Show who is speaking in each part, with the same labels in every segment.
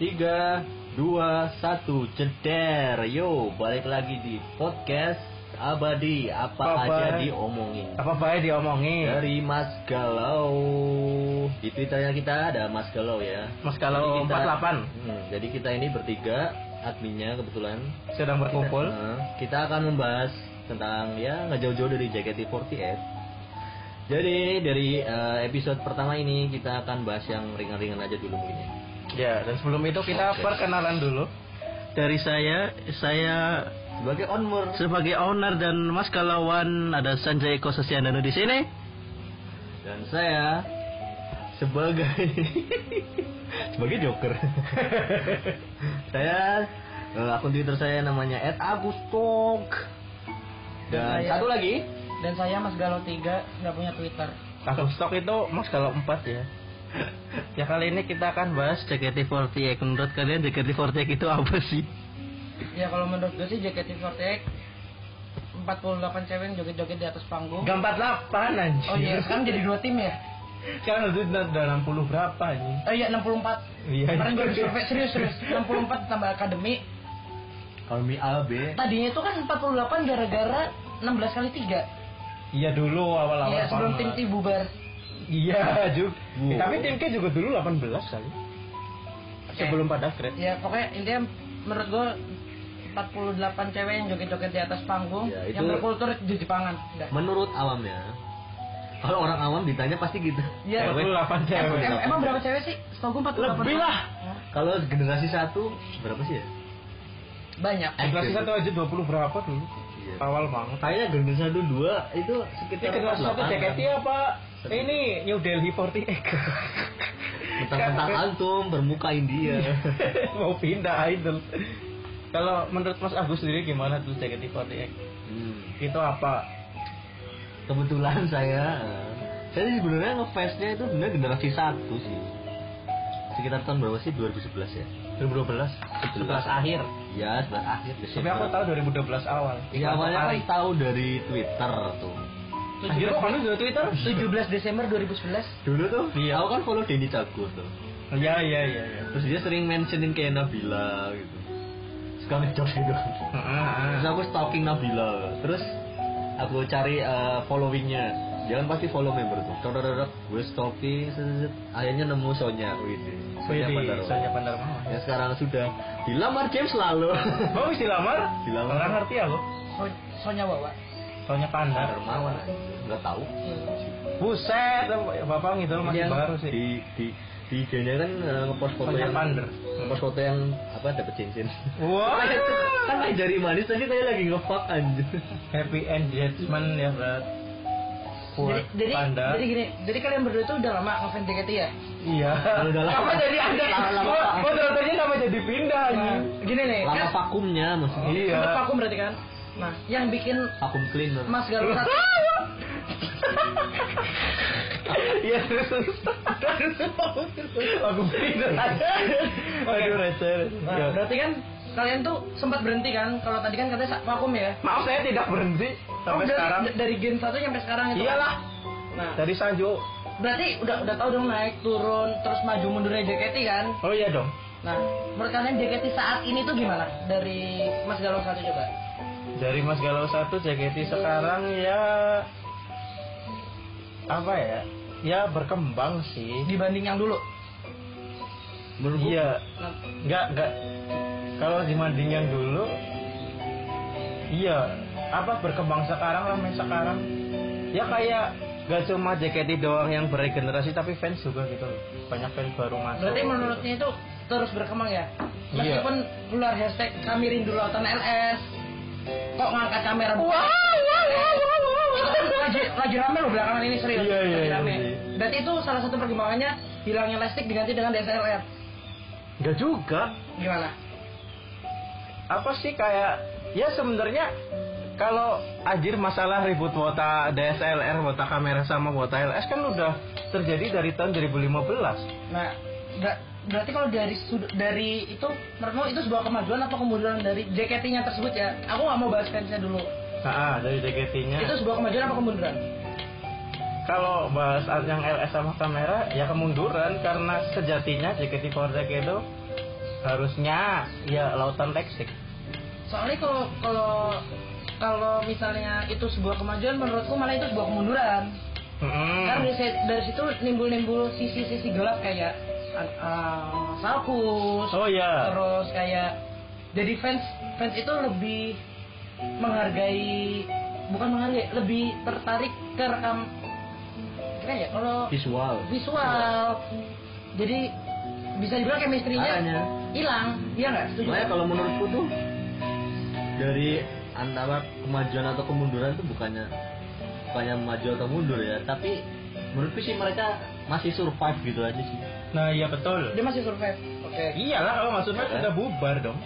Speaker 1: Tiga, dua, satu, ceder. Yo, balik lagi di podcast abadi apa,
Speaker 2: Apa
Speaker 1: aja
Speaker 2: baik.
Speaker 1: diomongin.
Speaker 2: apa baik ya diomongin
Speaker 1: Dari Mas Galau. Di Twitternya kita ada Mas Galau ya.
Speaker 2: mas
Speaker 1: Jadi
Speaker 2: kalau
Speaker 1: kita-
Speaker 2: 48
Speaker 1: Hmm, jadi kita ini bertiga adminnya kebetulan.
Speaker 2: sedang berkumpul
Speaker 1: Nah, kita akan membahas tentang ya nggak jauh-jauh dari JKT48. Jadi dari eh, episode pertama ini kita akan bahas yang ringan-ringan aja dulu mungkin ya.
Speaker 2: ya dan sebelum itu kita
Speaker 1: Oke.
Speaker 2: perkenalan dulu
Speaker 3: dari saya saya
Speaker 1: Sebagai onmer
Speaker 3: sebagai owner dan mas kalawan ada Sanjay Eko Sasiandanu di sini
Speaker 1: dan saya sebagai sebagai joker. saya eh, akun Twitter saya namanya @agustok. Dan
Speaker 3: Nah,
Speaker 4: Saya-
Speaker 3: ya.
Speaker 1: satu lagi
Speaker 4: Dan saya Mas Galau 3 nggak punya Twitter.
Speaker 2: langsung stok itu mas kalau 4 ya ya kali ini kita akan bahas
Speaker 3: JKT48 menurut kalian JKT48 itu apa sih
Speaker 4: Ya kalau menurut gue sih JKT48 48 cewek yang joget-joget di atas panggung.
Speaker 2: Gak 48 anjir
Speaker 4: Oh iya,
Speaker 3: Kan
Speaker 4: sekarang jadi dua tim ya?
Speaker 2: Sekarang itu udah udah 60 berapa anjir
Speaker 4: Oh iya 64.
Speaker 2: Iya.
Speaker 4: Kemarin gue survei serius serius 64 tambah akademi.
Speaker 1: Call me Albe.
Speaker 4: Tadinya itu kan 48 gara-gara 16 kali 3.
Speaker 2: Iya dulu awal-awal
Speaker 4: Iya, sebelum tim
Speaker 2: banget.
Speaker 4: T bubar.
Speaker 2: Iya juga
Speaker 1: Wow.
Speaker 2: Eh, Tapi tim K juga dulu 18 kali
Speaker 4: Oke.
Speaker 2: Sebelum pada kred
Speaker 4: Ya pokoknya intinya menurut gue 48 cewek yang joget-joget di atas panggung
Speaker 1: Ya, itu-
Speaker 4: yang berkultur di Jepangan. Udah.
Speaker 1: Menurut awamnya, kalau orang awam ditanya pasti gitu.
Speaker 4: Iya.
Speaker 1: Cewek.
Speaker 2: 48
Speaker 4: Em-
Speaker 2: cewek
Speaker 4: em- emang berapa cewek sih? Setahu gue 48.
Speaker 2: Lebih lah.
Speaker 4: Hah?
Speaker 1: Kalau generasi satu berapa sih ya?
Speaker 4: Banyak.
Speaker 2: Generasi satu aja 20 berapa dulu
Speaker 1: Gitu. Iya.
Speaker 2: Awal banget
Speaker 1: Kayaknya generasi satu dua itu
Speaker 2: Ini
Speaker 1: sekitar
Speaker 2: generasi satu
Speaker 1: 48.
Speaker 2: JKT apa? Ini New Delhi 48
Speaker 1: Mentang-mentang antum bermuka India.
Speaker 2: Mau pindah idol Kalau menurut Mas Agus sendiri gimana tuh JKT48?
Speaker 1: Hmm.
Speaker 2: Itu apa?
Speaker 1: Kebetulan saya, eh, saya sih sebenarnya ngefansnya itu benar generasi satu sih. Sekitar tahun berapa sih? 2011 ya?
Speaker 2: 2012
Speaker 1: 11
Speaker 2: akhir
Speaker 1: Ya, 11 akhir.
Speaker 2: Tapi aku tahu 2012 awal
Speaker 1: Iya awalnya kan tahu dari Twitter tuh.
Speaker 2: Akhirnya kok kamu juga Twitter?
Speaker 4: 17 Desember 2011
Speaker 1: Dulu tuh, aku kan follow Denny Cagur tuh.
Speaker 2: Iya iya iya iya.
Speaker 1: Terus dia sering mentionin kayak Nabila gitu. Suka ngejok gitu. Terus aku stalking Nabila. Terus aku cari eh, followingnya. Dia kan pasti follow member tuh. Codot gue stalking, set, set, set. akhirnya nemu Sonya. Wih, Sonya
Speaker 2: Widi,
Speaker 1: Pandarowa.
Speaker 2: Sonya Pandarmawan.
Speaker 1: Yang sekarang sudah dilamar James selalu.
Speaker 2: Mau wis dilamar?
Speaker 1: Dilamar.
Speaker 2: Orang ngerti ya, aku.
Speaker 4: so- Sonya Wawa
Speaker 2: Sonya Pandar.
Speaker 1: Dermawan anjing. nggak tahu.
Speaker 2: Buset, Bapak ngidol masih
Speaker 1: Yang
Speaker 2: baru sih.
Speaker 1: Di di di IG-nya kan eh, ngepost foto
Speaker 2: Sonya
Speaker 1: yang
Speaker 2: Pandar.
Speaker 1: ngepost foto yang apa dapat cincin.
Speaker 2: Wah.
Speaker 1: kan kayak jari manis tadi kayak lagi ngefuck anjir.
Speaker 2: Happy end judgment ya, Brat. Buat
Speaker 4: jadi, jadi,
Speaker 2: Panda.
Speaker 4: jadi gini Jadi kalian berdua tuh udah lama ngefans JKT ya?
Speaker 2: Iya.
Speaker 1: Kalau udah lama-
Speaker 2: Kenapa jadi Anda? Iya.
Speaker 1: lama- lama-
Speaker 2: Kok kok ternyata kenapa jadi pindah
Speaker 4: Nah,
Speaker 2: anjing?
Speaker 4: gini nih
Speaker 1: lama
Speaker 4: kan
Speaker 1: vakumnya maksudnya
Speaker 2: Iya.
Speaker 4: sempet vakum berarti kan? Nah, yang bikin
Speaker 1: vakum cleaner
Speaker 4: Mas Galuh satu
Speaker 2: Iya, terus terus. Aku pindah. Aduh, receh.
Speaker 4: Nah,
Speaker 2: Ya.
Speaker 4: berarti kan kalian tuh sempat berhenti kan? Kalau tadi kan katanya sa- vakum ya?
Speaker 2: Maaf saya tidak berhenti sampai
Speaker 4: Oh, dari,
Speaker 2: sekarang.
Speaker 4: d- dari gen 1 sampai sekarang itu. kan?
Speaker 2: Iyalah,
Speaker 4: Nah,
Speaker 2: dari Sanjo.
Speaker 4: berarti udah udah tahu dong naik turun terus maju mundurnya JKT kan?
Speaker 2: Oh iya dong.
Speaker 4: Nah, menurut kalian JKT saat ini tuh gimana? Dari Mas Galuh satu coba.
Speaker 2: Dari Mas Galau 1 JKT sekarang ya apa ya? Ya berkembang sih.
Speaker 4: Dibanding yang dulu.
Speaker 1: menurut gua
Speaker 2: Iya,
Speaker 4: Nah,
Speaker 2: nggak nggak. Kalau dibanding yang dulu, iya apa berkembang sekarang ramai sekarang. Ya kayak gak cuma JKT doang yang beregenerasi tapi fans juga gitu loh. Banyak fans baru masuk.
Speaker 4: Berarti
Speaker 2: gitu.
Speaker 4: menurutnya itu terus berkembang ya?
Speaker 2: Iya.
Speaker 4: Meskipun keluar hashtag kami rindu lautan LS Kok ngangkat kamera Wow, wow, wow, lagi, lagi rame loh belakangan ini serius
Speaker 2: Iya, iya,
Speaker 4: lagi
Speaker 2: iya,
Speaker 4: rame.
Speaker 2: iya.
Speaker 4: Berarti itu salah satu perkembangannya Hilangnya lestik diganti dengan DSLR
Speaker 2: nggak juga.
Speaker 4: Gimana?
Speaker 2: apa sih kayak ya sebenarnya kalau anjir masalah ribut wota DSLR, wota kamera sama wota LS kan udah terjadi dari tahun 2015.
Speaker 4: Nah, ber- berarti kalau dari sud- dari itu menurutmu itu sebuah kemajuan atau kemunduran dari JKT-nya tersebut ya? Aku nggak mau bahas fansnya dulu.
Speaker 2: Nah, dari JKT-nya.
Speaker 4: Itu sebuah kemajuan apa kemunduran?
Speaker 2: Kalau bahas yang LS sama kamera ya kemunduran karena sejatinya JKT48 itu harusnya ya lautan leksik
Speaker 4: Soalnya kalau kalau kalau misalnya itu sebuah kemajuan menurutku malah itu sebuah kemunduran.
Speaker 2: Hmm.
Speaker 4: Karena dari, si- dari situ nimbul-nimbul sisi-sisi gelap kayak an- eh, salkus,
Speaker 2: oh ya
Speaker 4: terus kayak jadi fans fans itu lebih menghargai bukan menghargai lebih tertarik ke rekam kira ya kalau
Speaker 1: visual
Speaker 4: visual jadi bisa dibilang chemistry-nya
Speaker 1: Makanya.
Speaker 4: hilang iya nggak setuju
Speaker 1: Makanya kalau menurutku tuh dari antara kemajuan atau kemunduran tuh bukannya bukannya maju atau mundur ya, tapi menurutku sih mereka masih survive gitu aja sih.
Speaker 2: nah iya betul
Speaker 4: dia masih survive oke
Speaker 2: iyalah kalau maksudnya
Speaker 4: Iya.
Speaker 1: Ya.
Speaker 2: sudah bubar dong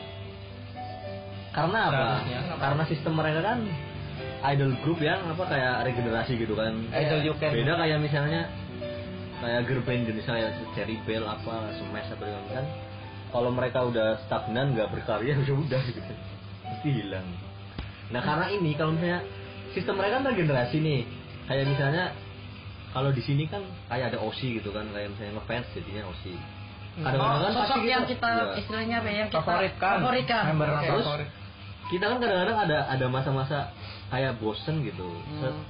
Speaker 1: Karena apa?
Speaker 4: Nah.
Speaker 1: Ya,
Speaker 2: Seharusnya.
Speaker 1: Karena sistem mereka kan idol group yang apa kayak regenerasi gitu kan.
Speaker 2: Idol you can.
Speaker 1: Beda kayak misalnya kayak girl band jenis kayak Cherry Bell apa Smash apa gitu kan. Kalau mereka udah stagnan nggak berkarya ya udah gitu. Pasti hilang. Nah karena ini kalau misalnya sistem mereka kan regenerasi nih. Kayak misalnya kalau di sini kan kayak ada OSI gitu kan kayak misalnya ngefans jadinya OSI. Kadang-kadang
Speaker 4: Oh,
Speaker 1: kan pasti
Speaker 4: sosok yang kita
Speaker 1: Iya.
Speaker 4: istilahnya apa ya, yang kita
Speaker 2: favoritkan
Speaker 4: favoritkan.
Speaker 2: member
Speaker 4: Oke.
Speaker 2: favorit
Speaker 1: kita kan kadang-kadang ada ada masa-masa kayak bosen gitu Set,
Speaker 4: Hmm.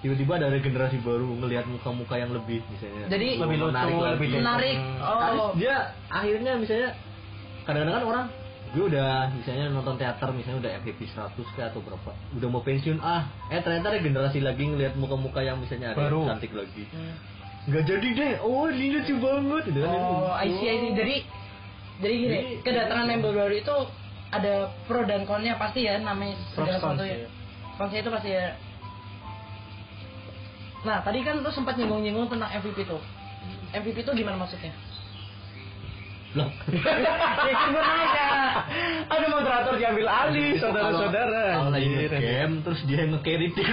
Speaker 1: tiba-tiba ada generasi baru ngelihat muka-muka yang lebih misalnya
Speaker 4: Jadi,
Speaker 2: lebih lucu, Mm.
Speaker 1: menarik lagi.
Speaker 2: lebih deh.
Speaker 4: menarik
Speaker 1: Terus
Speaker 4: oh
Speaker 1: dia akhirnya misalnya kadang-kadang kan orang gue udah misalnya nonton teater misalnya udah FVP 100 kayak atau berapa udah mau pensiun ah eh ternyata ada generasi lagi ngelihat muka-muka yang misalnya ada
Speaker 2: Baru.
Speaker 1: yang cantik lagi
Speaker 4: Hmm.
Speaker 1: nggak jadi deh oh ini lucu banget gitu kan.
Speaker 4: Oh, I see, I see. Jadi, jadi gini,
Speaker 1: Jadi-
Speaker 4: kedatangan member baru itu ada pro dan konnya pasti ya, namanya segala
Speaker 2: Pros, cons,
Speaker 4: sesuatu ya.
Speaker 2: iya.
Speaker 4: Konsnya itu pasti ya. Nah, tadi kan lu sempat nyinggung-nyinggung tentang MVP tuh. MVP itu gimana maksudnya?
Speaker 1: Loh.
Speaker 4: ya, kan gua nanya.
Speaker 2: ada moderator diambil alih saudara-saudara
Speaker 1: Kalau- kalau lagi game terus dia yang nge-carry tim.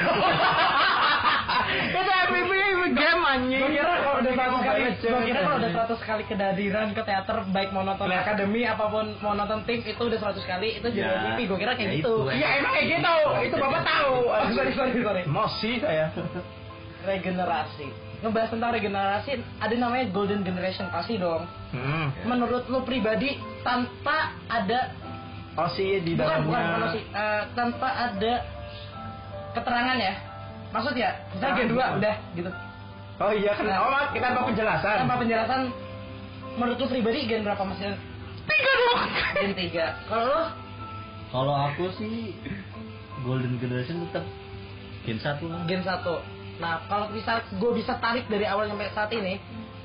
Speaker 2: itu MVP game anjing
Speaker 4: Gua kira kalau udah 100 kali, gua kira kalau udah 100 kali kehadiran ke teater baik mau nonton
Speaker 2: Lah.
Speaker 4: akademi apapun mau nonton tim itu udah 100 kali itu jadi
Speaker 1: Ya.
Speaker 4: MVP. Gua kira kayak
Speaker 1: Ya,
Speaker 4: gitu.
Speaker 1: itu,
Speaker 4: Iya, emang kayak gitu. Itu Bapak tahu. Oh, sorry, sorry, sorry.
Speaker 2: emosi saya
Speaker 4: regenerasi ngebahas tentang regenerasi ada namanya golden generation pasti dong
Speaker 2: hmm.
Speaker 4: menurut lu pribadi tanpa ada
Speaker 2: osi ya di
Speaker 4: bukan bukan
Speaker 2: dalamnya
Speaker 4: bukan sih eh, tanpa ada keterangan ya maksud ya kita
Speaker 2: Keterangan.
Speaker 4: gen dua udah gitu
Speaker 2: oh iya kan oh maaf kita mau penjelasan
Speaker 4: tanpa penjelasan menurut lu pribadi gen berapa masih tiga dong gen tiga kalau lu
Speaker 1: Kalau aku sih Golden Generation tetap game satu lah.
Speaker 4: gen satu nah kalau bisa gue bisa tarik dari awal sampai saat ini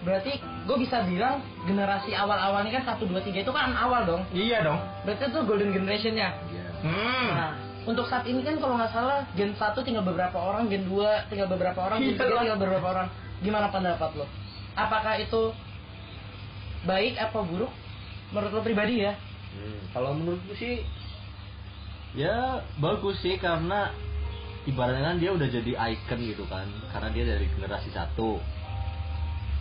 Speaker 4: berarti gue bisa bilang generasi awal-awal ini kan satu dua tiga itu kan awal dong
Speaker 2: iya dong
Speaker 4: Berarti itu golden generationnya.
Speaker 1: Iya.
Speaker 2: hmm.
Speaker 4: Nah, untuk saat ini kan kalau nggak salah Gen 1 tinggal beberapa orang, Gen 2 tinggal beberapa orang, Gen 3
Speaker 2: Iya.
Speaker 4: tinggal beberapa orang. Gimana pendapat lo? Apakah itu baik apa buruk? Menurut lo pribadi ya?
Speaker 1: Hmm, Kalau menurutku sih ya bagus sih karena ibaratnya kan dia udah jadi icon gitu kan karena dia dari generasi satu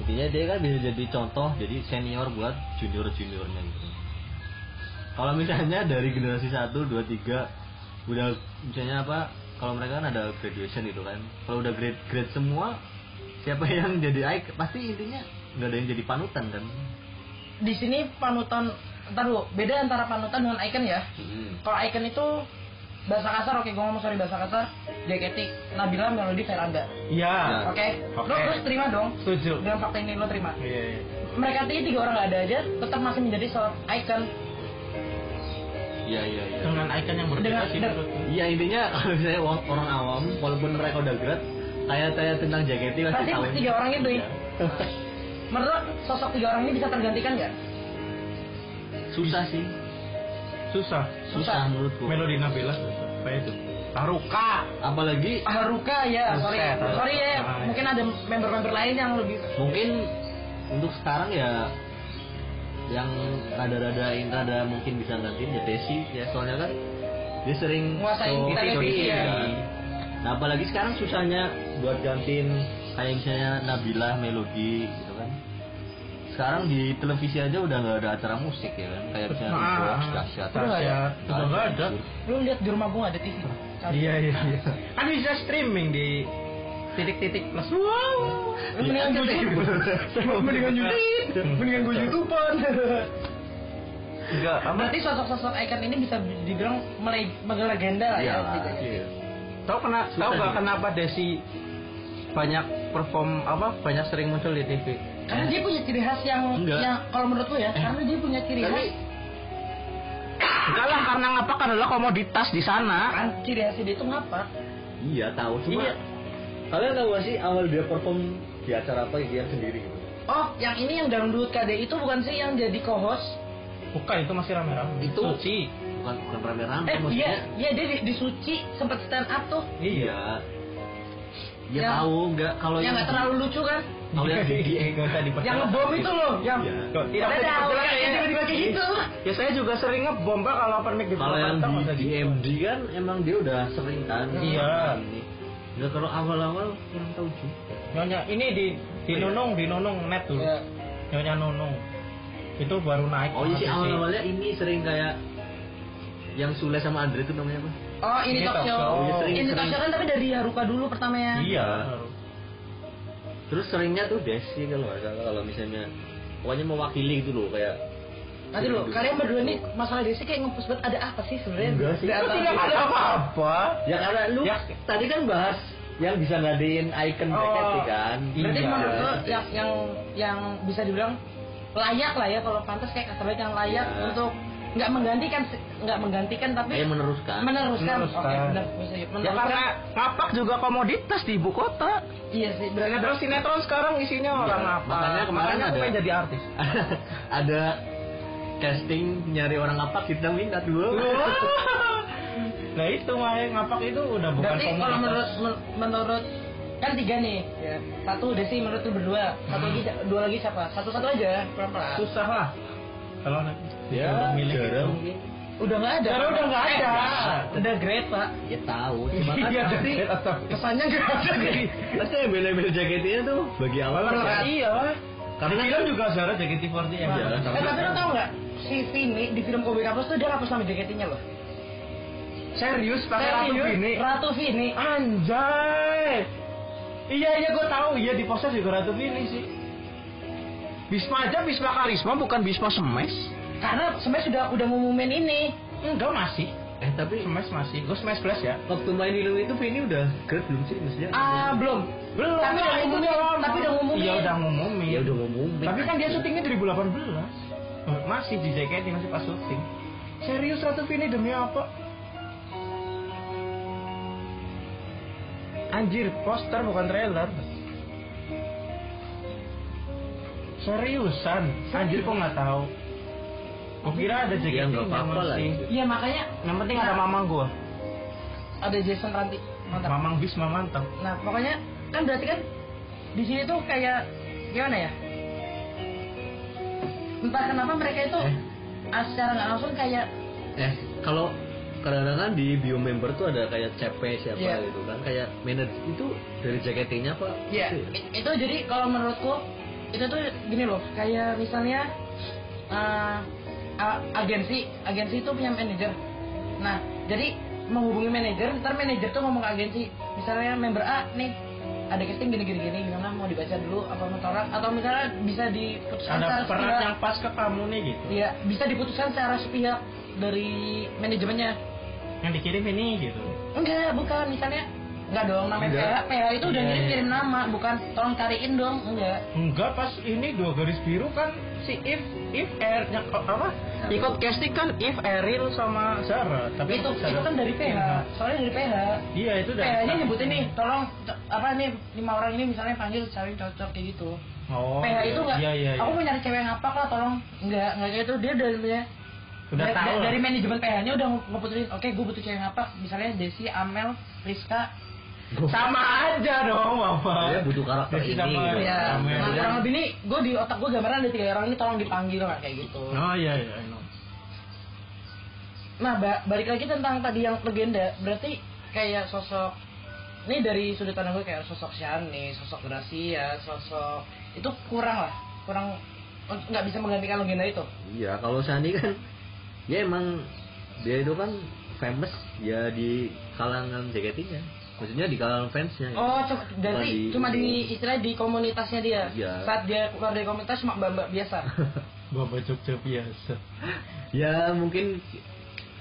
Speaker 1: intinya dia kan bisa jadi contoh jadi senior buat junior juniornya gitu kalau misalnya dari generasi satu dua tiga udah misalnya apa kalau mereka kan ada graduation gitu kan kalau udah grade grade semua siapa yang jadi icon pasti intinya nggak ada yang jadi panutan kan
Speaker 4: Di sini panutan, ntar dulu, beda antara panutan dengan icon ya. Kalau icon itu bahasa kasar, oke gue ngomong sorry bahasa kasar, JKT, Nabila, Melody, Veranda.
Speaker 1: Ya.
Speaker 2: iya
Speaker 4: Oke, Lo
Speaker 2: Oke.
Speaker 4: lo harus terima dong.
Speaker 2: setuju
Speaker 4: Dengan fakta ini lo terima.
Speaker 2: iya iya.
Speaker 4: mereka tadi tiga orang nggak ada aja tetap masih menjadi seorang icon
Speaker 1: iya iya iya
Speaker 2: dengan icon yang berbeda
Speaker 4: Dengan-
Speaker 2: sih
Speaker 4: dengan-
Speaker 2: menurutku.
Speaker 1: Iya intinya kalau misalnya orang, orang awam walaupun mereka udah grad kayak saya tentang JKT pasti
Speaker 4: Pasti
Speaker 1: tahu Iya.
Speaker 4: tiga orang itu, ya. menurut lo, sosok tiga orang ini bisa tergantikan nggak
Speaker 1: susah sih
Speaker 2: susah
Speaker 1: susah menurutku
Speaker 2: melodi Nabila apa itu Taruka
Speaker 1: apalagi
Speaker 4: Haruka ya sorry
Speaker 2: Buset.
Speaker 4: sorry ya
Speaker 2: Ah, ya.
Speaker 4: mungkin ada member-member lain yang lebih
Speaker 1: mungkin untuk sekarang ya yang rada-rada intra ada mungkin bisa gantiin ya Desi ya soalnya kan dia sering
Speaker 4: Nguasain
Speaker 1: show
Speaker 4: kita
Speaker 1: video
Speaker 4: kayak
Speaker 1: dikit,
Speaker 4: gini, ya.
Speaker 1: kan. nah apalagi sekarang susahnya buat gantiin kayak misalnya Nabila Melodi gitu kan sekarang di televisi aja udah nggak ada acara musik ya kan kayak misalnya
Speaker 2: Ah,
Speaker 1: Beatbox, dahsyat
Speaker 2: Dahsyat.
Speaker 1: Nggak
Speaker 2: Udah nggak ada.
Speaker 4: belum lihat di rumah gue nggak ada TV Cari.
Speaker 2: iya iya iya kan bisa streaming di titik-titik plus wow
Speaker 4: Lu mendingan
Speaker 1: Iya,
Speaker 4: YouTube
Speaker 1: bener.
Speaker 4: mendingan YouTube mendingan gue YouTuber
Speaker 2: Enggak, apa?
Speaker 4: Berarti sosok-sosok icon ini bisa dibilang mele- melegenda lah ya.
Speaker 1: Iyalah,
Speaker 4: gitu.
Speaker 1: iya.
Speaker 2: Tahu kena, tahu
Speaker 1: Susah
Speaker 2: nggak
Speaker 1: juga.
Speaker 2: kenapa Desi banyak perform apa banyak sering muncul di TV?
Speaker 4: Karena dia punya ciri khas yang
Speaker 1: Enggak.
Speaker 4: yang kalau menurutku ya, karena dia punya ciri khas
Speaker 3: Enggak lah karena ngapa kan adalah komoditas di sana.
Speaker 4: kan ciri khasnya dia itu ngapa?
Speaker 1: Iya tahu cuma
Speaker 4: Iya.
Speaker 1: kalian tahu gak sih awal dia perform di acara apa dia sendiri gitu.
Speaker 4: Oh, yang ini yang dangdut KD itu bukan sih yang jadi co-host?
Speaker 2: Bukan itu masih rame-rame.
Speaker 1: Itu.
Speaker 2: Suci.
Speaker 1: Bukan bukan rame-rame
Speaker 4: Eh,
Speaker 1: maksudnya.
Speaker 4: iya, iya dia di, di Suci sempat stand up tuh.
Speaker 1: Iya. Ya,
Speaker 4: Yang-
Speaker 1: tahu nggak kalau
Speaker 4: yang nggak terlalu lucu kan?
Speaker 1: kalau yang E di
Speaker 2: Nggak usah diperjelas.
Speaker 4: Yang ngebom itu loh, yang
Speaker 1: Iya.
Speaker 2: Kok tidak
Speaker 4: Ada
Speaker 2: usah
Speaker 4: tahu,
Speaker 2: diperjelas
Speaker 4: yang
Speaker 2: ya.
Speaker 4: tiba-tiba kayak gitu.
Speaker 2: Ya saya juga sering ngebom pak kalau open mic di
Speaker 1: kalau yang
Speaker 2: Purwakarta,
Speaker 1: di
Speaker 2: masa gitu.
Speaker 1: DMD kan emang dia udah sering kan.
Speaker 2: Iya.
Speaker 1: Ini. Nggak kalau awal-awal kurang tahu juga.
Speaker 2: Nyonya ini di di
Speaker 1: Iya.
Speaker 2: Nunung, di Nunung net dulu.
Speaker 4: Iya.
Speaker 2: Nyonya Nunung. Itu baru
Speaker 4: Eh,
Speaker 2: naik.
Speaker 1: Oh iya sih
Speaker 2: Habis itu.
Speaker 1: awal-awalnya ini sering kayak yang Sule sama Andre itu namanya apa?
Speaker 4: Oh, ini talk show.
Speaker 1: Oh, iya, sering,
Speaker 4: Ini talk
Speaker 1: sering.
Speaker 4: show kan tapi dari Haruka dulu pertama ya.
Speaker 1: Iya. Terus seringnya tuh Desi kalau nggak salah kalau misalnya pokoknya mewakili gitu loh kayak
Speaker 4: Nanti loh,
Speaker 1: Iya.
Speaker 4: kalian berdua nih masalah Desi kayak ngepus banget ada apa sih sebenarnya?
Speaker 1: Enggak sih.
Speaker 4: Ada
Speaker 2: Itu
Speaker 4: apa?
Speaker 2: tidak ada apa-apa.
Speaker 1: ya karena lu
Speaker 2: Ya.
Speaker 1: tadi kan bahas yang bisa ngadain icon
Speaker 2: Oh,
Speaker 1: jacket sih kan
Speaker 4: Berarti
Speaker 2: Iya.
Speaker 4: menurut lo ya, yang yang yang bisa dibilang layak lah ya kalau pantas kayak kata baik yang layak
Speaker 1: Iya.
Speaker 4: untuk nggak menggantikan nggak menggantikan tapi
Speaker 1: eh meneruskan
Speaker 4: meneruskan.
Speaker 2: Meneruskan.
Speaker 4: Oke, benar. bisa ya.
Speaker 2: Ya
Speaker 4: Meneruskan.
Speaker 2: karena ngapak juga komoditas di ibu kota.
Speaker 4: iya sih, berarti
Speaker 2: Terus sinetron sekarang isinya orang
Speaker 1: Iya,
Speaker 2: apa?
Speaker 1: makanya kemarin
Speaker 2: aku
Speaker 1: ada-
Speaker 2: pengen jadi artis.
Speaker 1: ada casting nyari orang apa kita minta dulu
Speaker 2: Oh. nah itu makanya ngapak itu udah bukan
Speaker 4: berarti kalau menurut men- menurut kan tiga nih ya. satu Desi menurut lu berdua satu
Speaker 2: Hmm.
Speaker 4: lagi dua lagi siapa satu satu aja pelan pelan
Speaker 2: susah lah. Kalau
Speaker 4: Iya,
Speaker 1: ya
Speaker 2: milih
Speaker 1: jarang
Speaker 2: itu.
Speaker 1: mungkin
Speaker 4: udah nggak ada Eh,
Speaker 2: Karena udah nggak ada.
Speaker 4: udah great pak
Speaker 1: ya tahu cuma kan
Speaker 2: Iya,
Speaker 1: pasti
Speaker 2: jaket atau-
Speaker 4: kesannya nggak ada
Speaker 2: Iya,
Speaker 1: pasti yang bela-bela jaketnya tuh bagi awal
Speaker 2: Karena-
Speaker 1: kan
Speaker 2: Iya. Karena
Speaker 1: Karena- kan-
Speaker 2: film kan juga Zara JKT48 yang
Speaker 1: Iya.
Speaker 2: bilang.
Speaker 4: Eh, tapi lo tau nggak si Vini di film Kobe Kampus tuh dia ngapus nama jaketnya loh
Speaker 2: Serius pakai ratu Ah.
Speaker 4: Serius,
Speaker 2: bini.
Speaker 4: Ratu Vini
Speaker 2: Anjay. Iya iya gue tahu iya di poster juga ratu bini sih. Bisma aja Bisma Karisma bukan Bisma Semes.
Speaker 4: karena sebenarnya sudah udah ngumumin ini
Speaker 2: Enggak masih.
Speaker 1: eh tapi
Speaker 2: Semes masih. Gue Semes plus ya.
Speaker 1: waktu main film itu Vini udah great belum sih maksudnya
Speaker 4: ah belum
Speaker 2: Belum.
Speaker 4: Tapi udah ngumumin,
Speaker 2: lama.
Speaker 4: tapi udah ngumumin.
Speaker 2: Iya udah ngumumin.
Speaker 1: ya udah ngomong
Speaker 2: Tapi kan dia syutingnya 2018. Masih di JKT masih pas syuting. Serius Ratu Vini demi apa? Anjir, poster bukan trailer. Seriusan, anjir kok nggak tahu. Gua kira ada JKT
Speaker 1: ya nggak apa-apa lah
Speaker 2: masih.
Speaker 4: ya makanya
Speaker 2: Iya, Yang penting ada mamang gua.
Speaker 4: ada Jason Ranti mantap
Speaker 2: Mamang Bisma mantap.
Speaker 4: Nah, pokoknya kan berarti kan di sini tuh kayak gimana ya? Entah kenapa mereka itu
Speaker 1: Eh.
Speaker 4: ah, secara nggak langsung kayak
Speaker 1: eh kalau kadang-kadang kan di bio member tuh ada kayak CP siapa
Speaker 4: Iya.
Speaker 1: gitu kan kayak manajer itu dari jaketnya apa
Speaker 2: Iya.
Speaker 4: ya i- itu jadi kalau menurutku itu tuh gini loh kayak misalnya eh, a- agensi agensi itu punya manajer. Nah, jadi menghubungi manajer, ntar manajer tuh ngomong ke agensi, misalnya member A nih ada casting gini gini gini gimana mau dibaca dulu apa mau tolak atau misalnya bisa diputuskan secara
Speaker 2: Ada peran
Speaker 4: sepihak.
Speaker 2: yang pas ke kamu nih gitu.
Speaker 4: Iya, bisa diputuskan secara sepihak dari manajemennya.
Speaker 2: Yang dikirim ini gitu.
Speaker 4: Enggak, bukan misalnya enggak dong namanya PH.
Speaker 1: Enggak.
Speaker 4: PH itu udah
Speaker 2: Iya,
Speaker 4: ngirim
Speaker 2: iya.
Speaker 4: kirim nama, bukan tolong cariin dong, enggak.
Speaker 2: Enggak pas ini dua garis biru kan si if if er nya- apa
Speaker 4: Iya.
Speaker 2: ikut casting kan if Eril sama Zara tapi
Speaker 4: itu itu kan dari PH. Soalnya dari PH.
Speaker 2: iya itu dari
Speaker 4: PH-nya nyebutin nih, tolong t- apa nih lima orang ini misalnya panggil cari cocok kayak gitu.
Speaker 2: oh
Speaker 4: PH itu enggak.
Speaker 2: iya iya, iya.
Speaker 4: Aku mau nyari cewek yang apa kak, tolong enggak enggak kayak itu dia dari ya.
Speaker 2: udah
Speaker 4: dari,
Speaker 2: tahu
Speaker 4: dari- dari
Speaker 2: lah.
Speaker 4: manajemen PH-nya udah ngeputusin, oke gue butuh cewek yang apa, misalnya Desi, Amel, Rizka,
Speaker 2: sama aja dong bapak
Speaker 1: Saya Iya, butuh karakter
Speaker 2: Desi
Speaker 1: ini,
Speaker 2: sama-
Speaker 1: gitu.
Speaker 4: Ya,
Speaker 2: sama-
Speaker 4: nah, kurang lebih nih, gue di otak gue gambaran ada tiga orang ini tolong dipanggil nggak kayak gitu.
Speaker 2: oh iya iya I know.
Speaker 4: Nah, ba- balik lagi tentang tadi yang legenda, berarti kayak sosok ini dari sudut pandang gue kayak sosok Shani, sosok Gracia, sosok itu kurang lah, kurang oh, nggak bisa menggantikan legenda itu.
Speaker 1: iya kalau Sani kan ya emang dia itu kan famous ya di kalangan jaketnya maksudnya di kalangan fansnya gitu.
Speaker 4: Oh, cuma, berarti
Speaker 1: di-
Speaker 4: cuma di istilah di komunitasnya dia.
Speaker 1: Iya. Oh,
Speaker 4: Saat dia keluar dari komunitas cuma mbak-mbak biasa.
Speaker 2: Bapak Jogja biasa.
Speaker 1: ya mungkin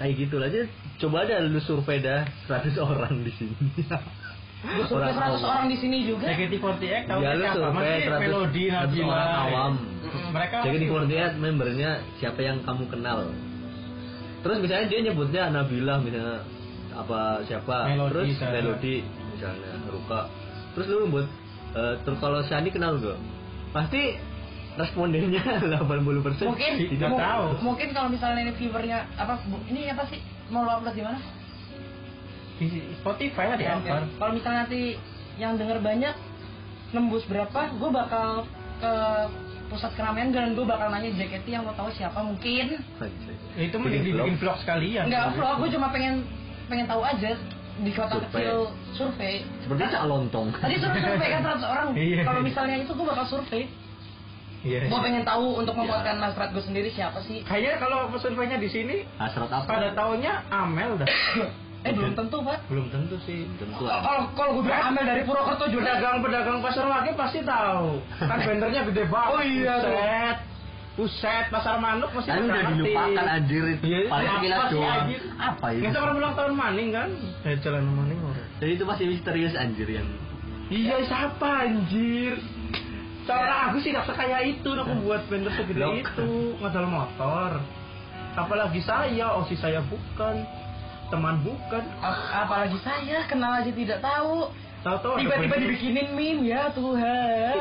Speaker 1: kayak gitu aja coba aja lu survei dah 100 orang di sini
Speaker 4: Gue survei 100 orang di sini juga.
Speaker 2: gitu. JKT48 tahu
Speaker 1: Ya, lu
Speaker 2: mereka apa?
Speaker 1: survei
Speaker 2: Masih
Speaker 1: 100
Speaker 2: melodi
Speaker 1: 100
Speaker 2: Najila.
Speaker 1: orang awam.
Speaker 2: Mereka
Speaker 1: jadi di 48 membernya siapa yang kamu kenal terus misalnya dia nyebutnya Nabila misalnya apa siapa
Speaker 2: Melody,
Speaker 1: terus
Speaker 2: misalnya.
Speaker 1: melodi misalnya Ruka terus lu buat eh, terus kalau Shani kenal gak pasti respondennya 80 persen
Speaker 4: Mungkin
Speaker 2: Tidak
Speaker 4: mu-
Speaker 2: tahu.
Speaker 4: Mungkin kalau misalnya ini viewernya apa bu- ini apa sih mau lo upload di mana?
Speaker 2: di Spotify lah di
Speaker 4: Ya,
Speaker 2: cover.
Speaker 4: Kalau misalnya nanti yang denger banyak nembus berapa, gue bakal ke pusat keramaian dan gue bakal nanya JKT yang mau tahu siapa mungkin.
Speaker 1: Anjay.
Speaker 2: Itu
Speaker 1: Bikin
Speaker 2: mending
Speaker 1: vlog.
Speaker 2: dibikin vlog sekalian.
Speaker 4: Enggak upload, gue cuma pengen pengen tahu aja di kota
Speaker 1: Survei.
Speaker 4: kecil survei.
Speaker 1: seperti cak lontong
Speaker 4: Tadi suruh survei kan 100 orang.
Speaker 2: Iya.
Speaker 4: Kalau misalnya itu gue bakal survei.
Speaker 2: Iya.
Speaker 4: Gue pengen tahu untuk memuatkan hasrat gue sendiri siapa sih.
Speaker 2: Kayaknya kalau surveinya di sini
Speaker 1: hasrat apa
Speaker 2: pada tahunnya Amel dah.
Speaker 4: Eh belum tentu pak.
Speaker 2: Belum tentu sih.
Speaker 1: tentu ada.
Speaker 4: Kalau kalau gue bilang ambil dari Purwokerto juga.
Speaker 2: Iya. Pedagang-pedagang pasar lagi pasti tahu. Kan bendernya gede banget.
Speaker 4: Oh iya, tuh.
Speaker 2: Buset. Buset, pasar manuk mesti
Speaker 1: Kan udah
Speaker 2: ngerti.
Speaker 1: dilupakan anjir
Speaker 2: Iya,
Speaker 1: itu. Paling
Speaker 2: apa
Speaker 1: kilat
Speaker 2: sih,
Speaker 1: doang.
Speaker 2: anjir?
Speaker 1: Apa itu?
Speaker 2: Kita pernah bilang tahun maning kan? Eh, jalan maning orang.
Speaker 1: Jadi itu masih misterius anjir yang
Speaker 2: Iya, siapa anjir? Cara aku sih gak sekaya itu, aku buat bender segede
Speaker 1: Blok.
Speaker 2: itu, modal motor. Apalagi saya, osi saya bukan, teman bukan.
Speaker 4: Ap- apalagi saya kenal aja tidak tahu.
Speaker 2: Tahu-tahu Oh, ada
Speaker 4: Tiba-tiba
Speaker 2: bender.
Speaker 4: dibikinin meme ya Tuhan.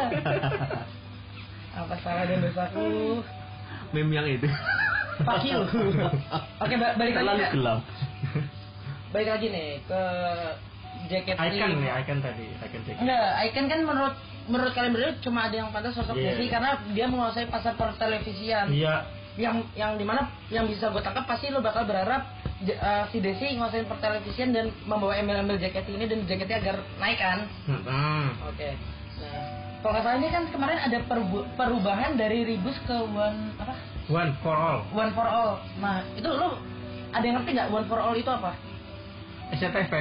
Speaker 4: Apa salah dan dosaku?
Speaker 1: meme yang itu.
Speaker 4: Fuck you. Oke, ba- balik lagi
Speaker 1: Terlalu
Speaker 4: nggak?
Speaker 1: gelap.
Speaker 4: Balik lagi nih ke jaket
Speaker 2: Icon ya? nih, icon tadi, icon tadi.
Speaker 4: Enggak, Icon kan menurut menurut kalian berdua cuma ada yang pantas sosok
Speaker 2: Iya.
Speaker 4: Jesse karena dia menguasai pasar pertelevisian.
Speaker 2: Iya,
Speaker 4: yang yang dimana yang bisa gue tangkap pasti lo bakal berharap J- eh, si Desi nguasain pertelevisian dan membawa embel-embel jaket ini dan jaketnya agar naik kan
Speaker 2: Hmm.
Speaker 4: oke nah kalau nggak salah ini kan kemarin ada perbu- perubahan dari ribus ke one apa
Speaker 2: One for all.
Speaker 4: one for all nah itu lo ada yang ngerti nggak one for all itu apa
Speaker 2: SCTV.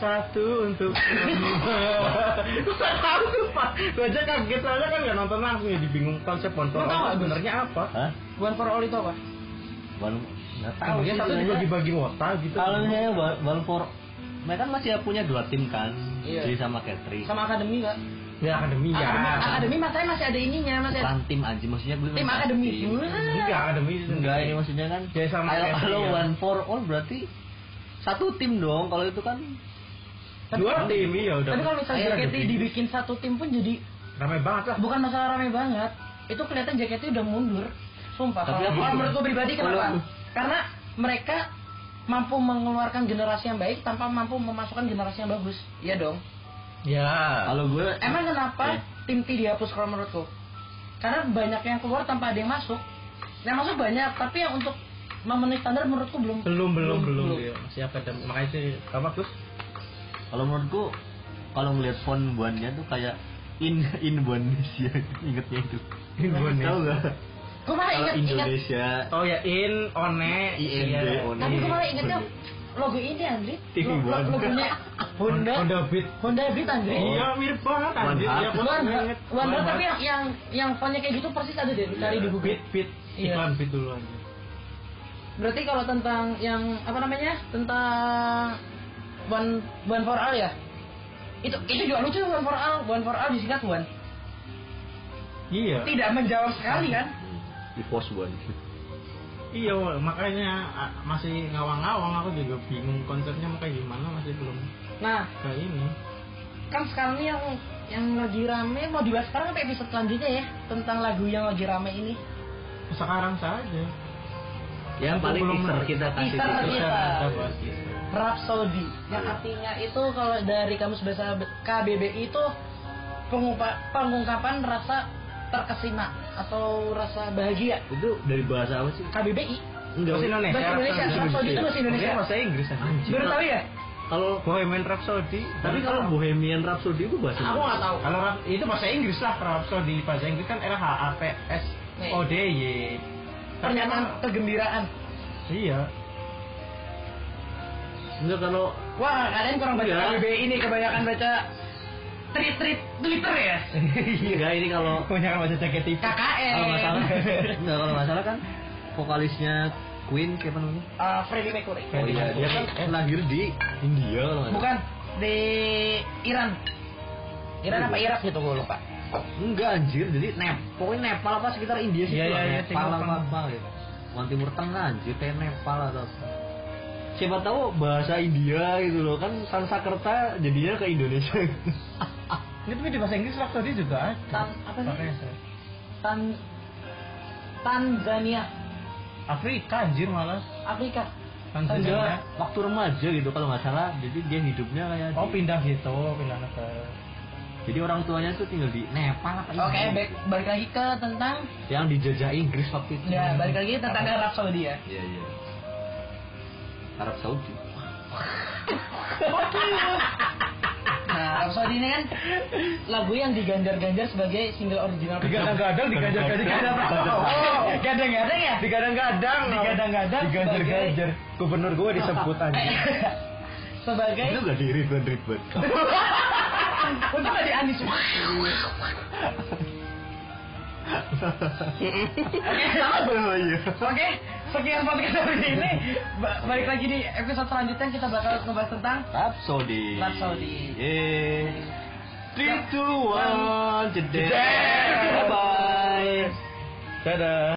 Speaker 2: Satu untuk semua. Tahu tuh Pak. Gue aja kaget aja kan nggak nonton langsung jadi bingung konsep one
Speaker 4: Lo
Speaker 2: for all
Speaker 4: tahu
Speaker 2: itu
Speaker 4: nggak, Gus?
Speaker 2: sebenarnya apa?
Speaker 1: Hah?
Speaker 4: one for all itu apa
Speaker 1: Baru nggak tahu.
Speaker 2: Tahu ya satu
Speaker 1: sih.
Speaker 2: dibagi-bagi wota gitu.
Speaker 1: Kalau misalnya Bal- Balfour mereka kan masih punya dua tim kan,
Speaker 4: Iya.
Speaker 1: Jay sama Katri.
Speaker 4: sama akademi nggak
Speaker 2: ya akademi ya.
Speaker 4: akademi, akademi makanya masih ada ininya masih ada
Speaker 1: Bukan tim anjing maksudnya gue
Speaker 4: tim
Speaker 1: nggak
Speaker 4: akademi Iya.
Speaker 1: tim.
Speaker 2: Enggak akademi itu
Speaker 1: Enggak ini maksudnya kan.
Speaker 2: Jay sama
Speaker 1: kalau
Speaker 2: Katri,
Speaker 1: kalau
Speaker 2: ya.
Speaker 1: one for all berarti satu tim dong kalau itu kan
Speaker 2: Dua tim ya udah.
Speaker 4: tapi kalau misalnya
Speaker 2: Akhirnya
Speaker 4: JKT
Speaker 2: dibikin.
Speaker 4: dibikin satu tim pun jadi
Speaker 2: ramai banget lah.
Speaker 4: bukan masalah rame banget itu kelihatan jaketnya udah mundur sumpah
Speaker 1: Tapi
Speaker 4: kalau
Speaker 1: aku-
Speaker 4: kalau menurut gue pribadi kenapa
Speaker 1: Kalau-
Speaker 4: karena mereka mampu mengeluarkan generasi yang baik tanpa mampu memasukkan generasi yang bagus iya dong
Speaker 2: Ya.
Speaker 1: kalau gue
Speaker 4: emang kenapa
Speaker 1: Iya.
Speaker 4: tim T dihapus kalau menurutku karena banyak yang keluar tanpa ada yang masuk yang masuk banyak tapi yang untuk memenuhi standar menurutku belum
Speaker 2: Belum belum belum dia masih akademi. Makanya sih apa tuh?
Speaker 1: Kalau menurutku kalau ngeliat font buannya tuh kayak in Indonesia ingetnya itu. Tahu gak?
Speaker 4: Ah, gue malah
Speaker 1: Kalau
Speaker 4: inget inget
Speaker 1: Indonesia
Speaker 2: Oh ya in one
Speaker 1: IND
Speaker 2: iya.
Speaker 1: one.
Speaker 4: tapi gue malah ingetnya
Speaker 1: Bener.
Speaker 4: logo ini Andri
Speaker 1: TV
Speaker 4: Lo- lo-
Speaker 1: One.
Speaker 4: logonya Honda
Speaker 2: Honda Beat.
Speaker 4: Honda Beat Andri
Speaker 1: Oh.
Speaker 2: Iya mirip banget
Speaker 1: One
Speaker 2: anjir.
Speaker 1: Heart.
Speaker 2: Ya,
Speaker 4: One
Speaker 2: banget.
Speaker 4: Heart- One Heart, tapi ya.
Speaker 2: Heart.
Speaker 4: yang yang yang fontnya kayak gitu persis ada deh cari di Google.
Speaker 2: Beat, beat.
Speaker 4: Iya.
Speaker 2: Iklan beat dulu aja.
Speaker 4: Berarti kalau tentang yang apa namanya tentang One One for All ya itu itu juga lucu One for All One for All disingkat One
Speaker 2: Iya.
Speaker 4: tidak menjawab sekali kan
Speaker 1: Hmm. di pos buan.
Speaker 2: Iya, Wak. makanya ah, masih ngawang-ngawang aku juga bingung konsepnya mau kayak gimana masih belum
Speaker 4: nah
Speaker 2: kayak ini.
Speaker 4: kan sekarang ini yang yang lagi rame mau dibahas sekarang apa episode selanjutnya ya tentang lagu yang lagi rame ini Iya.
Speaker 2: Sekarang saja.
Speaker 1: Yang
Speaker 2: Aku
Speaker 1: paling
Speaker 2: belum
Speaker 1: teaser
Speaker 2: ngerti.
Speaker 1: kita kasih
Speaker 4: Teaser
Speaker 1: teaser.
Speaker 4: kita.
Speaker 2: Kita bahas gitu.
Speaker 4: Rhapsody yang artinya itu kalau dari kamus bahasa B- KBBI itu pengupa- pengungkapan rasa terkesima atau rasa bahagia
Speaker 1: Itu dari bahasa apa sih?
Speaker 4: KBBI
Speaker 1: Kan, Enggak.
Speaker 2: Bahasa Indonesia.
Speaker 4: Bahasa Indonesia, Rhapsody itu bahasa Indonesia.
Speaker 2: Mungkin bahasa Inggris aja.
Speaker 1: Anjir.
Speaker 4: baru tahu ya
Speaker 1: Kalau
Speaker 2: Bohemian Rhapsody.
Speaker 1: tapi kalau Bohemian Rhapsody itu bahasa
Speaker 4: aku nggak tahu
Speaker 2: kalau rap- itu bahasa Inggris lah Rhapsody bahasa Inggris kan R H A P S O D Y.
Speaker 4: pernyataan kegembiraan
Speaker 2: Iya.
Speaker 1: Enggak kalau
Speaker 4: wah kalian kurang baca
Speaker 1: Enggak.
Speaker 4: Iya. KBBI ini kebanyakan baca tweet-tweet Twitter ya?
Speaker 1: Enggak ini kalau
Speaker 2: punya wajah jaket itu
Speaker 4: KKN.
Speaker 1: kalau nggak salah, nggak kalau nggak salah kan vokalisnya Queen siapa namanya?
Speaker 4: Eh, Freddie Mercury.
Speaker 1: Oh iya, dia kan lahir di India kalau nggak salah.
Speaker 4: Bukan di Iran. Iran apa Irak gitu gue lupa.
Speaker 1: Enggak anjir, jadi nep, pokoknya Nepal apa sekitar India sih
Speaker 2: Iya, iya, iya,
Speaker 1: Nepal
Speaker 2: Timur
Speaker 1: apa
Speaker 2: Tengah.
Speaker 1: apa gitu. Bukan Timur Tengah anjir, kayak Nepal atau apa. Siapa tahu bahasa India gitu loh kan Sanskerta jadinya ke Indonesia. gitu.
Speaker 2: ini tapi di bahasa Inggris waktu tadi juga ada
Speaker 4: Tan- apa sih?
Speaker 2: Makanya saya-
Speaker 4: Tan Tanzania,
Speaker 2: Afrika anjir Kan malah
Speaker 4: Afrika.
Speaker 1: Dia
Speaker 2: Tanzania
Speaker 1: waktu remaja gitu kalau nggak salah, jadi dia hidupnya kayak
Speaker 2: oh
Speaker 1: di-
Speaker 2: pindah gitu pindah negara
Speaker 1: jadi orang tuanya tuh tinggal di Nepal apa
Speaker 4: Oke, back- balik lagi ke tentang
Speaker 1: yang dijajah Inggris waktu itu.
Speaker 4: ya balik lagi tentang Arab Saudi ya.
Speaker 1: Iya iya. Arab Saudi.
Speaker 4: Nah, Arab Saudi ini kan lagu yang diganjar-ganjar sebagai single original.
Speaker 2: digadang-gadang digadang-gadang
Speaker 4: Oh, gadang-gadang ya?
Speaker 2: digadang-gadang
Speaker 4: Digadang-gadang
Speaker 2: digadang-gadang gubernur gue disebut anjir
Speaker 1: Itu
Speaker 4: sebagai
Speaker 1: gak di ribet-ribet.
Speaker 4: untuk dari Anies.
Speaker 1: Oh iya.
Speaker 4: Oke, sekian podcast hari ini. Ba- balik lagi di episode selanjutnya kita bakal ngebahas tentang
Speaker 1: Rhapsody.
Speaker 4: Rhapsody.
Speaker 1: Yeah. Three,
Speaker 4: Nah,
Speaker 1: two, one, today.
Speaker 2: Jedek.
Speaker 1: Bye bye.
Speaker 2: dadah